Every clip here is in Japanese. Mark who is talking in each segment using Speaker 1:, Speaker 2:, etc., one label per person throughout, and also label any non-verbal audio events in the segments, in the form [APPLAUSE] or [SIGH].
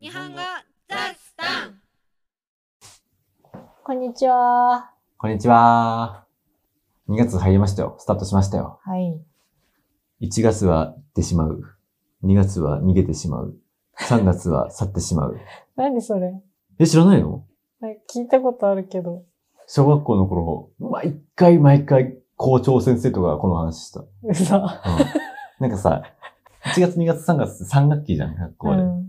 Speaker 1: 日本語ザスタン
Speaker 2: こんにちは。
Speaker 3: こんにちは。2月入りましたよ。スタートしましたよ。
Speaker 2: はい。
Speaker 3: 1月は行ってしまう。2月は逃げてしまう。3月は去ってしまう。
Speaker 2: 何それ
Speaker 3: え、知らないの
Speaker 2: なんか聞いたことあるけど。
Speaker 3: 小学校の頃、毎回毎回校長先生とかがこの話した。うん
Speaker 2: 嘘。
Speaker 3: なんかさ、1月、2月、3月って3学期じゃん、学校で。
Speaker 2: うん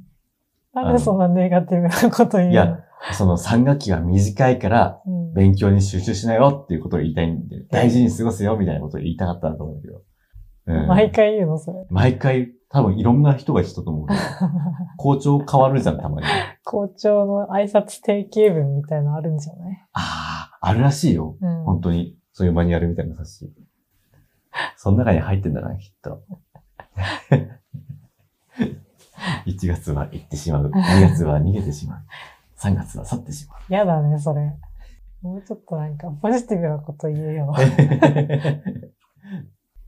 Speaker 2: なんでそんなネガティブなこと言うの
Speaker 3: いや、その3学期が短いから、
Speaker 2: うん
Speaker 3: 勉強に集中しなよっていうことを言いたいんで、大事に過ごせよみたいなことを言いたかったんだと思うんだけど。うん
Speaker 2: 毎回言うのそれ。 [LAUGHS]
Speaker 3: 毎回、多分いろんな人が来たと思うけど。校長変わるじゃん、た
Speaker 2: [LAUGHS]
Speaker 3: まに。あ
Speaker 2: 校長の挨拶定型文みたいなのあるんじゃない
Speaker 3: あ、あるらしいよ。
Speaker 2: うん。
Speaker 3: 本当に。そういうマニュアルみたいな冊子。その中に入ってんだな、きっと。1月は行ってしまう。2月は逃げてしまう。3月は去ってしまう。 [LAUGHS]
Speaker 2: やだね、それ。もうちょっとなんかポジティブなこと言えよ。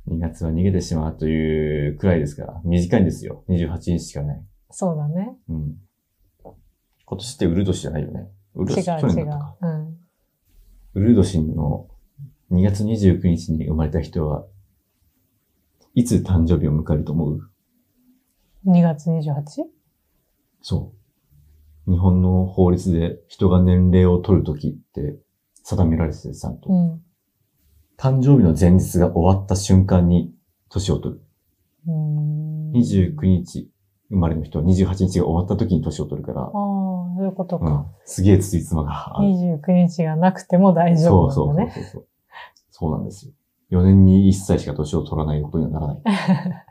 Speaker 3: 2月は逃げてしまうというくらいですから、短いんですよ。28日しかない。
Speaker 2: そうだね。
Speaker 3: うん。今年ってウル年じゃないよね。ウル
Speaker 2: 違う
Speaker 3: 年、去年
Speaker 2: 違
Speaker 3: だ
Speaker 2: う
Speaker 3: ったか。。
Speaker 2: うん。
Speaker 3: ウル年の2月29日に生まれた人は、いつ誕生日を迎えると思う
Speaker 2: 2月 28?
Speaker 3: そう。日本の法律で人が年齢を取るときって定められてて、ちゃんと。
Speaker 2: うん。
Speaker 3: 誕生日の前日が終わった瞬間に年を取る。
Speaker 2: うん。
Speaker 3: 29日生まれの人は28日が終わった時に年を取るから
Speaker 2: ああ、、そういうこと
Speaker 3: う
Speaker 2: か
Speaker 3: ん。、すげえついつまが合う。
Speaker 2: 29日がなくても大丈
Speaker 3: そうそ
Speaker 2: 夫
Speaker 3: う
Speaker 2: なんだ
Speaker 3: そう
Speaker 2: ね。
Speaker 3: そうそう。そうなんですよ。4年に1歳しか年を取らない [LAUGHS] ことにはならない。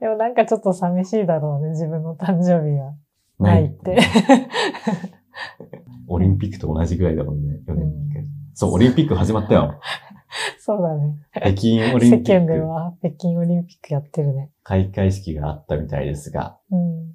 Speaker 2: でもなんかちょっと寂しいだろうね、自分の誕生日がないって。。
Speaker 3: オリンピックと同じぐらいだもんね、4年に1
Speaker 2: う
Speaker 3: 回。そう、オリンピック始まった
Speaker 2: [LAUGHS]
Speaker 3: よ。
Speaker 2: そうだね。
Speaker 3: 北京オリ
Speaker 2: 世
Speaker 3: ンピッ
Speaker 2: 間で
Speaker 3: ク
Speaker 2: は北京オリンピックやってるね。
Speaker 3: 開会式があったみたいですが、
Speaker 2: うん。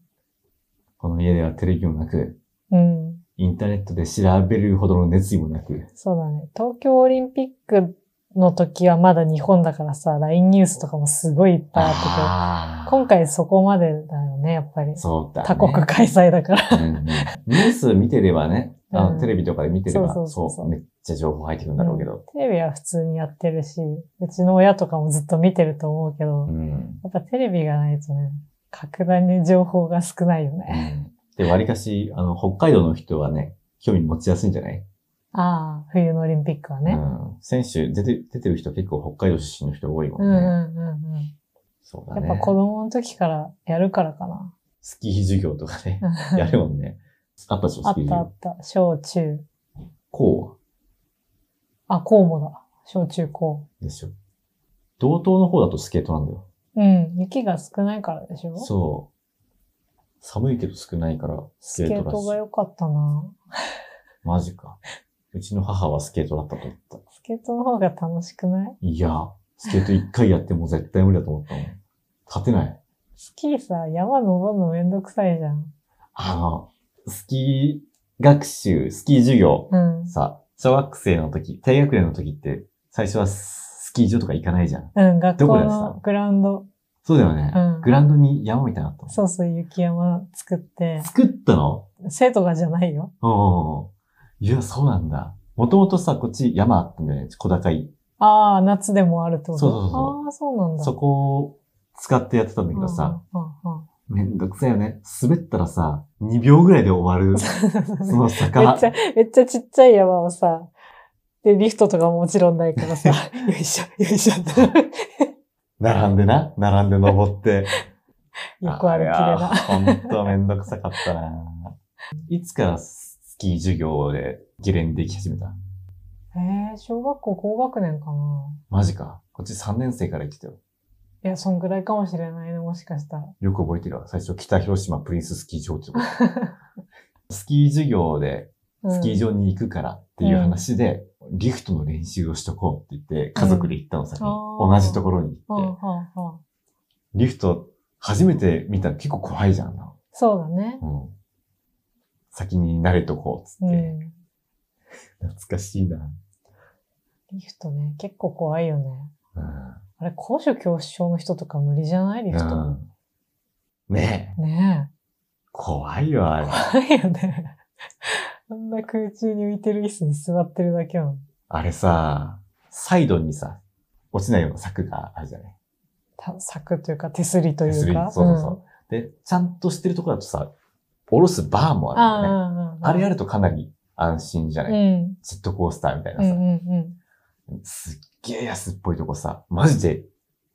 Speaker 3: この家ではテレビもなく、
Speaker 2: うん。
Speaker 3: インターネットで調べるほどの熱意もなく、
Speaker 2: そうだね。東京オリンピックの時はまだ日本だからさ、LINE ニュースとかもすごいいっぱいあって
Speaker 3: あー
Speaker 2: て、今回そこまでだよね、やっぱり。
Speaker 3: そうだ、ね。
Speaker 2: 他国開催だから。
Speaker 3: うんうんニュース見てればね、あ
Speaker 2: うん
Speaker 3: の、テレビとかで見てれば、
Speaker 2: そ
Speaker 3: そうう
Speaker 2: そうそうそう
Speaker 3: めっちゃ情報入ってくるんだろうけど。
Speaker 2: テレビは普通にやってるし、うちの親とかもずっと見てると思うけど、
Speaker 3: うん。
Speaker 2: やっぱテレビがないとね、格段に情報が少ないよ
Speaker 3: う
Speaker 2: ね。
Speaker 3: んで、割かし、あの、北海道の人はね、興味持ちやすいんじゃない、
Speaker 2: ああ、冬のオリンピックは
Speaker 3: う
Speaker 2: ね。
Speaker 3: ん。選手、出て、出てる人結構北海道出身の人多いも
Speaker 2: うん
Speaker 3: ん
Speaker 2: う
Speaker 3: ね。
Speaker 2: んうんうん。
Speaker 3: そうだ
Speaker 2: やっ
Speaker 3: ね。
Speaker 2: ぱ子供の時からやるからかな。
Speaker 3: スキー授業とかね、やるもんね。あったでしょ、
Speaker 2: あ
Speaker 3: ス
Speaker 2: っ
Speaker 3: キー授
Speaker 2: たあ
Speaker 3: 業
Speaker 2: っ。た。小中。
Speaker 3: こ
Speaker 2: あ、高もだ。小中高。
Speaker 3: うでしょ。道東の方だとスケートなんだよ。
Speaker 2: うん。雪が少ないからでしょ
Speaker 3: そう。寒いけど少ないから、ス
Speaker 2: ス
Speaker 3: ケ
Speaker 2: ケ
Speaker 3: ート
Speaker 2: ー
Speaker 3: らし
Speaker 2: ト
Speaker 3: い
Speaker 2: が。良かったな。
Speaker 3: マジか。うちの母はスケートだったと言った。
Speaker 2: スケートの方が楽しくない
Speaker 3: いや、スケート一回やっても絶対無理だと思ったもん。立てない。
Speaker 2: スキーさ、山登るのめんどくさいじゃん。
Speaker 3: あの、スキー学習、スキー授業。
Speaker 2: うん。
Speaker 3: さ、小学生の時、低学年の時って、最初はススキー場とか行かないじゃん。
Speaker 2: うん、学
Speaker 3: どこ
Speaker 2: 校
Speaker 3: でやってた
Speaker 2: の
Speaker 3: の
Speaker 2: グラウンド。
Speaker 3: そうだよね。
Speaker 2: うん
Speaker 3: グラウンドに山みたいなのあった
Speaker 2: そうそう、雪山作って
Speaker 3: の。。作ったの
Speaker 2: 生徒がじゃないよ。
Speaker 3: おうおうおういや、そうなんだ。もともとさ、こっち山あったんだよね。小高い。
Speaker 2: ああ、夏でもあるってこと
Speaker 3: そうそうそうそ
Speaker 2: ああ、そうなんだ。
Speaker 3: そこを使ってやってたんだけどさ、
Speaker 2: うんうんうん
Speaker 3: めんどくさいよね。滑ったらさ、2秒ぐらいで終
Speaker 2: [LAUGHS]
Speaker 3: わる。その坂。
Speaker 2: めっちゃ、めっちゃちっちゃい山をさ、で、リフトとかももちろんないからさ、よいしょ、よい [LAUGHS] しょって、
Speaker 3: 並んでな、並んで登
Speaker 2: [LAUGHS]
Speaker 3: って。
Speaker 2: 横歩きで
Speaker 3: あれ
Speaker 2: な。
Speaker 3: はほんとめんどくさかったな。いつからスキー授業でゲレンデ行き始めた
Speaker 2: えー、小学校高学年かな。
Speaker 3: マジか。こっち3年生から行ってたよ。
Speaker 2: いや、そんぐらいかもしれないね、もしかしたら。 [LAUGHS]
Speaker 3: よく覚えてるわ。最初、北広島プリンススキー場ってとこスキー授業で
Speaker 2: うん
Speaker 3: スキー場に行くからっていう話で、リフトの練習をしとこうって言って、家族で行ったのさ、
Speaker 2: うんあー
Speaker 3: 同じところに
Speaker 2: うん、う
Speaker 3: 行って。
Speaker 2: ん、うん。
Speaker 3: リフト、初めて見たら結構怖いじゃんな。
Speaker 2: そうだね。
Speaker 3: うん。先に慣れとこうっつ
Speaker 2: う
Speaker 3: って。
Speaker 2: ん。
Speaker 3: 懐かしいな。
Speaker 2: リフトね、結構怖いよね。
Speaker 3: うん。
Speaker 2: あれ、高所恐怖症の人とか無理じゃないリフト。
Speaker 3: うんねえ。
Speaker 2: ねえ。
Speaker 3: 怖いよ、あ
Speaker 2: [LAUGHS]
Speaker 3: れ。
Speaker 2: 怖いよね。あんな空中に浮いてる椅子に座ってるだけなの。
Speaker 3: あれさ、サイドにさ、落ちないような柵があるじゃない。
Speaker 2: た柵というか手すりとい
Speaker 3: 手す
Speaker 2: う
Speaker 3: り
Speaker 2: か。
Speaker 3: そうそうそう。で、ちゃんとしてるとこだとさ、下ろすバーも
Speaker 2: うん。
Speaker 3: あるよね。
Speaker 2: ああ、
Speaker 3: あれや
Speaker 2: る
Speaker 3: るとかなり安心じゃ
Speaker 2: う
Speaker 3: ない、
Speaker 2: ん。
Speaker 3: ジェットコースターみたいな
Speaker 2: うんう
Speaker 3: さ、
Speaker 2: んうん。
Speaker 3: すっげえ安っぽいとこさ、マジで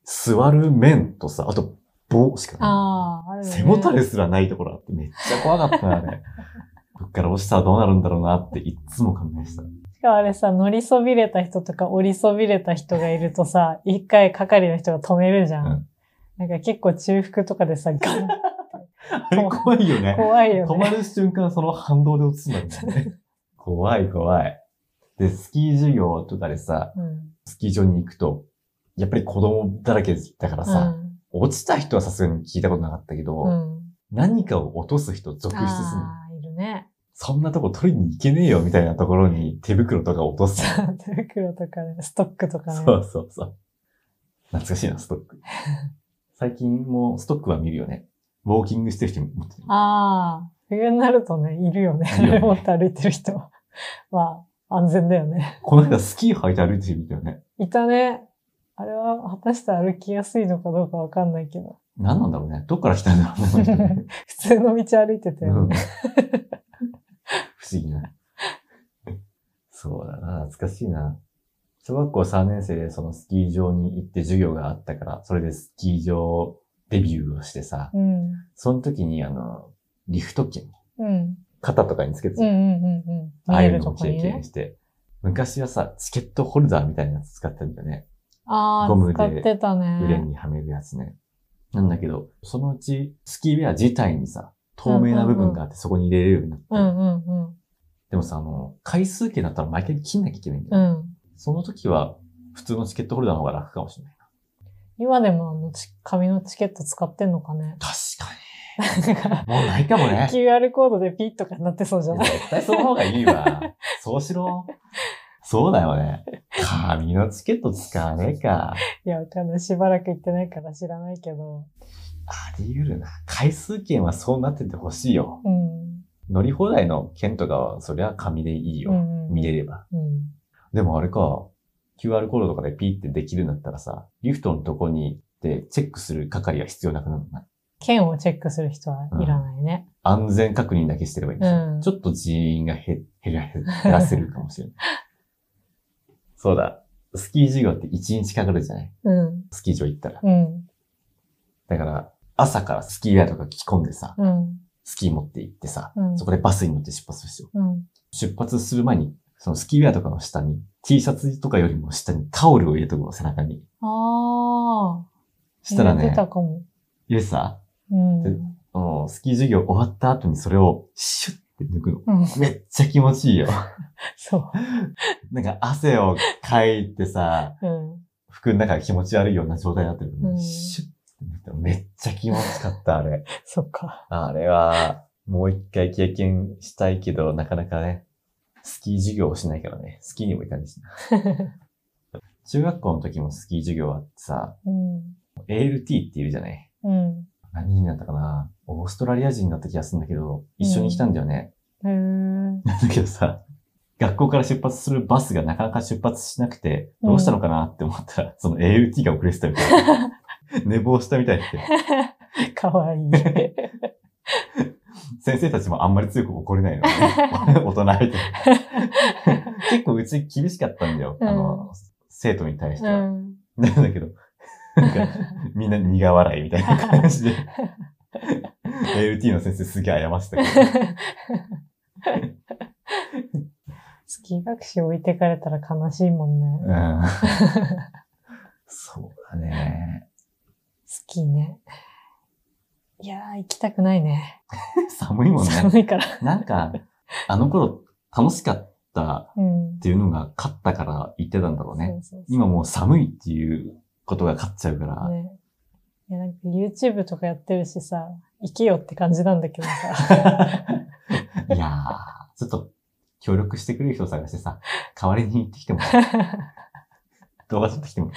Speaker 3: 座る面とさ、あと棒しかな
Speaker 2: ああ、ある
Speaker 3: い。
Speaker 2: よね
Speaker 3: 背もたれすらないところあってめっちゃ怖かったな、あ
Speaker 2: [LAUGHS]
Speaker 3: れ。こっから落ちたらどうなるんだろうなっていっつも考えてた。
Speaker 2: しかもあれさ、乗りそびれた人とか降りそびれた人がいると
Speaker 3: [LAUGHS]
Speaker 2: さ、一回係の人が止めるじゃん。
Speaker 3: うん
Speaker 2: なんか結構中腹とか
Speaker 3: [LAUGHS]
Speaker 2: でさ、ガン
Speaker 3: あれ怖いよね。
Speaker 2: 怖いよ
Speaker 3: 止
Speaker 2: ね。
Speaker 3: まる瞬間その反動で落ちるんだよ
Speaker 2: [LAUGHS]
Speaker 3: ね。怖い怖い。で、スキー授業とかでさ、
Speaker 2: うん。
Speaker 3: スキー場に行くと、やっぱり子供だらけだからさ、落ちた人はさすがに聞いたことなかったけど、
Speaker 2: うん。うん。
Speaker 3: 何かを落とす人続出するの。
Speaker 2: ああ、いるね。 [LAUGHS]
Speaker 3: そんなとこ取りに行けねえよみたいなところに手袋とか落とすの。
Speaker 2: 手袋とかね、ストックとかね。
Speaker 3: そうそうそう。懐かしいな、ストック。最近もストックは見るよね。ウォーキングしてる人持ってる。
Speaker 2: ああ、冬になるとね、いるよね。
Speaker 3: いるよね
Speaker 2: [LAUGHS] 持って歩いてる人は。まあ、安全だよね。
Speaker 3: この間スキー履いて歩いてる人いたよね。
Speaker 2: いたね。あれは、果たして歩きやすいのかどうかわかんないけど。
Speaker 3: 何なんだろうね。どっから来たんだろうね。
Speaker 2: 普通の道歩いてた
Speaker 3: う
Speaker 2: よ
Speaker 3: ん
Speaker 2: ね。
Speaker 3: 不思議な。そうだな、懐かしいな。小学校3年生でそのスキー場に行って授業があったから、それでスキー場デビューをしてさ、
Speaker 2: うん。
Speaker 3: その時にあの、リフト券、
Speaker 2: うん。
Speaker 3: 肩とかにつけて
Speaker 2: うんう
Speaker 3: た、
Speaker 2: んうんうん。
Speaker 3: あ
Speaker 2: 見
Speaker 3: あい
Speaker 2: え
Speaker 3: う
Speaker 2: る
Speaker 3: の
Speaker 2: と
Speaker 3: も
Speaker 2: こ
Speaker 3: 経
Speaker 2: にね
Speaker 3: 験。して、昔はさ、チケットホルダーみたいなやつ使ってんだよね。
Speaker 2: あ
Speaker 3: ゴムで
Speaker 2: あ、使ってた
Speaker 3: 腕
Speaker 2: ね。
Speaker 3: にはめるやつね。なんだけど、そのうちスキーウェア自体にさ、透明な部分があってそこに入れれるようになって、
Speaker 2: うんうんうん。
Speaker 3: でもさ、あの、回数券だったら毎回切んなきゃいけないんだよね
Speaker 2: うん。
Speaker 3: その時は、普通のチケットホルダーの方が楽かもしれない。
Speaker 2: 今でもあのち紙のチケット使ってんのかね。
Speaker 3: 確
Speaker 2: [LAUGHS]
Speaker 3: かに。もうないかもね。
Speaker 2: QR コードでピッとかなってそうじゃない
Speaker 3: 絶対その方がいい
Speaker 2: [LAUGHS]
Speaker 3: わ。そうしろ。そうだよね。紙のチケット使わねえか。
Speaker 2: いや、わかんない。しばらく行ってないから知らないけど。
Speaker 3: あり得るな。回数券はそうなっててほしいよ。
Speaker 2: うん。
Speaker 3: 乗り放題の券とかは、そりゃ紙でいいよ。
Speaker 2: うんうん
Speaker 3: 見れれば。
Speaker 2: うん。
Speaker 3: でもあれか、QR コードとかでピーってできるんだったらさ、リフトのとこに行ってチェックする係は必要なくなるのかな
Speaker 2: 券をチェックする人はいらないね。
Speaker 3: 安全確認だけしてればいいんですよ。
Speaker 2: うん
Speaker 3: ちょっと人員が減減ら減らせるかも
Speaker 2: [LAUGHS]
Speaker 3: しれない。そうだ。スキー授業って1日かかるじゃない
Speaker 2: うん。
Speaker 3: スキー場行ったら。
Speaker 2: うん。
Speaker 3: だから、朝からスキーウェアとか着込んでさ、
Speaker 2: うん。
Speaker 3: スキー持って行ってさ、
Speaker 2: うん
Speaker 3: そこでバスに乗って出発するしよ。
Speaker 2: うん。
Speaker 3: 出発する前に、そのスキーウェアとかの下に、T シャツとかよりも下にタオルを入れとくの、背中に。
Speaker 2: ああ。
Speaker 3: したら
Speaker 2: 入れ
Speaker 3: ね
Speaker 2: て、たかも。
Speaker 3: 入れてさ、
Speaker 2: うん。
Speaker 3: であのスキー授業終わった後にそれをシュッて抜くの。
Speaker 2: うん。
Speaker 3: めっちゃ気持ちいいよ。
Speaker 2: そ
Speaker 3: なんか汗をかいてさ、
Speaker 2: う。うん。
Speaker 3: 服の中が気持ち悪いような状態になってる。
Speaker 2: うん
Speaker 3: シュッてなってめっちゃ気持ちかった、あれ。
Speaker 2: そっか。
Speaker 3: あれは、もう一回経験したいけど、なかなかね、スキー授業をしないからね、スキーにも行かないしな。
Speaker 2: [LAUGHS]
Speaker 3: 中学校の時もスキー授業あってさ、
Speaker 2: うん。
Speaker 3: ALT っているじゃない
Speaker 2: うん。
Speaker 3: 何人だったかなオーストラリア人だった気がするんだけど、一緒に来たんだよね。
Speaker 2: へえ。
Speaker 3: だけどさ、学校から出発するバスがなかなか出発しなくて、どうしたのかなって思ったら、その AUT が遅れてたみたいな。寝坊したみたいで、
Speaker 2: かわいい。
Speaker 3: 先生たちもあんまり強く怒れないの、ね。大人相手に。結構うち厳しかったんだよ。あの、生徒に対して
Speaker 2: う
Speaker 3: は。
Speaker 2: ん。
Speaker 3: なんだけど、なんか、みんな苦笑いみたいな感じで。AUT の先生すげえ謝ってたけど。
Speaker 2: スキー学習置いてかれたら悲しいもんね。
Speaker 3: うん、そうだね。
Speaker 2: スキーね。いやー、行きたくないね。
Speaker 3: 寒いもんね。
Speaker 2: 寒いから。
Speaker 3: なんか、あの頃楽しかった
Speaker 2: うん
Speaker 3: っ。ていうのが勝ったから言ってたんだろうね。
Speaker 2: そうそうそう
Speaker 3: 今もう寒いっていうことが勝っちゃうから、
Speaker 2: ね。いや、なんか YouTube とかやってるしさ、行けよって感じなんだけどさ。
Speaker 3: [LAUGHS] いやー、ちょっと協力してくれる人を探してさ、
Speaker 2: [LAUGHS]
Speaker 3: 代わりに行ってきてもらう、
Speaker 2: は
Speaker 3: 動画撮ってきても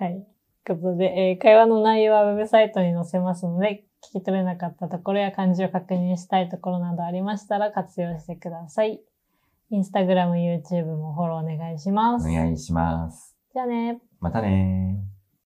Speaker 3: らう
Speaker 2: い。ことで、えー会話の内容はウェブサイトに載せますので、聞き取れなかったところや漢字を確認したいところなどありましたら活用してください。インスタグラム、YouTube もフォローお願いします。
Speaker 3: お願いします。
Speaker 2: じゃあね。
Speaker 3: またねー。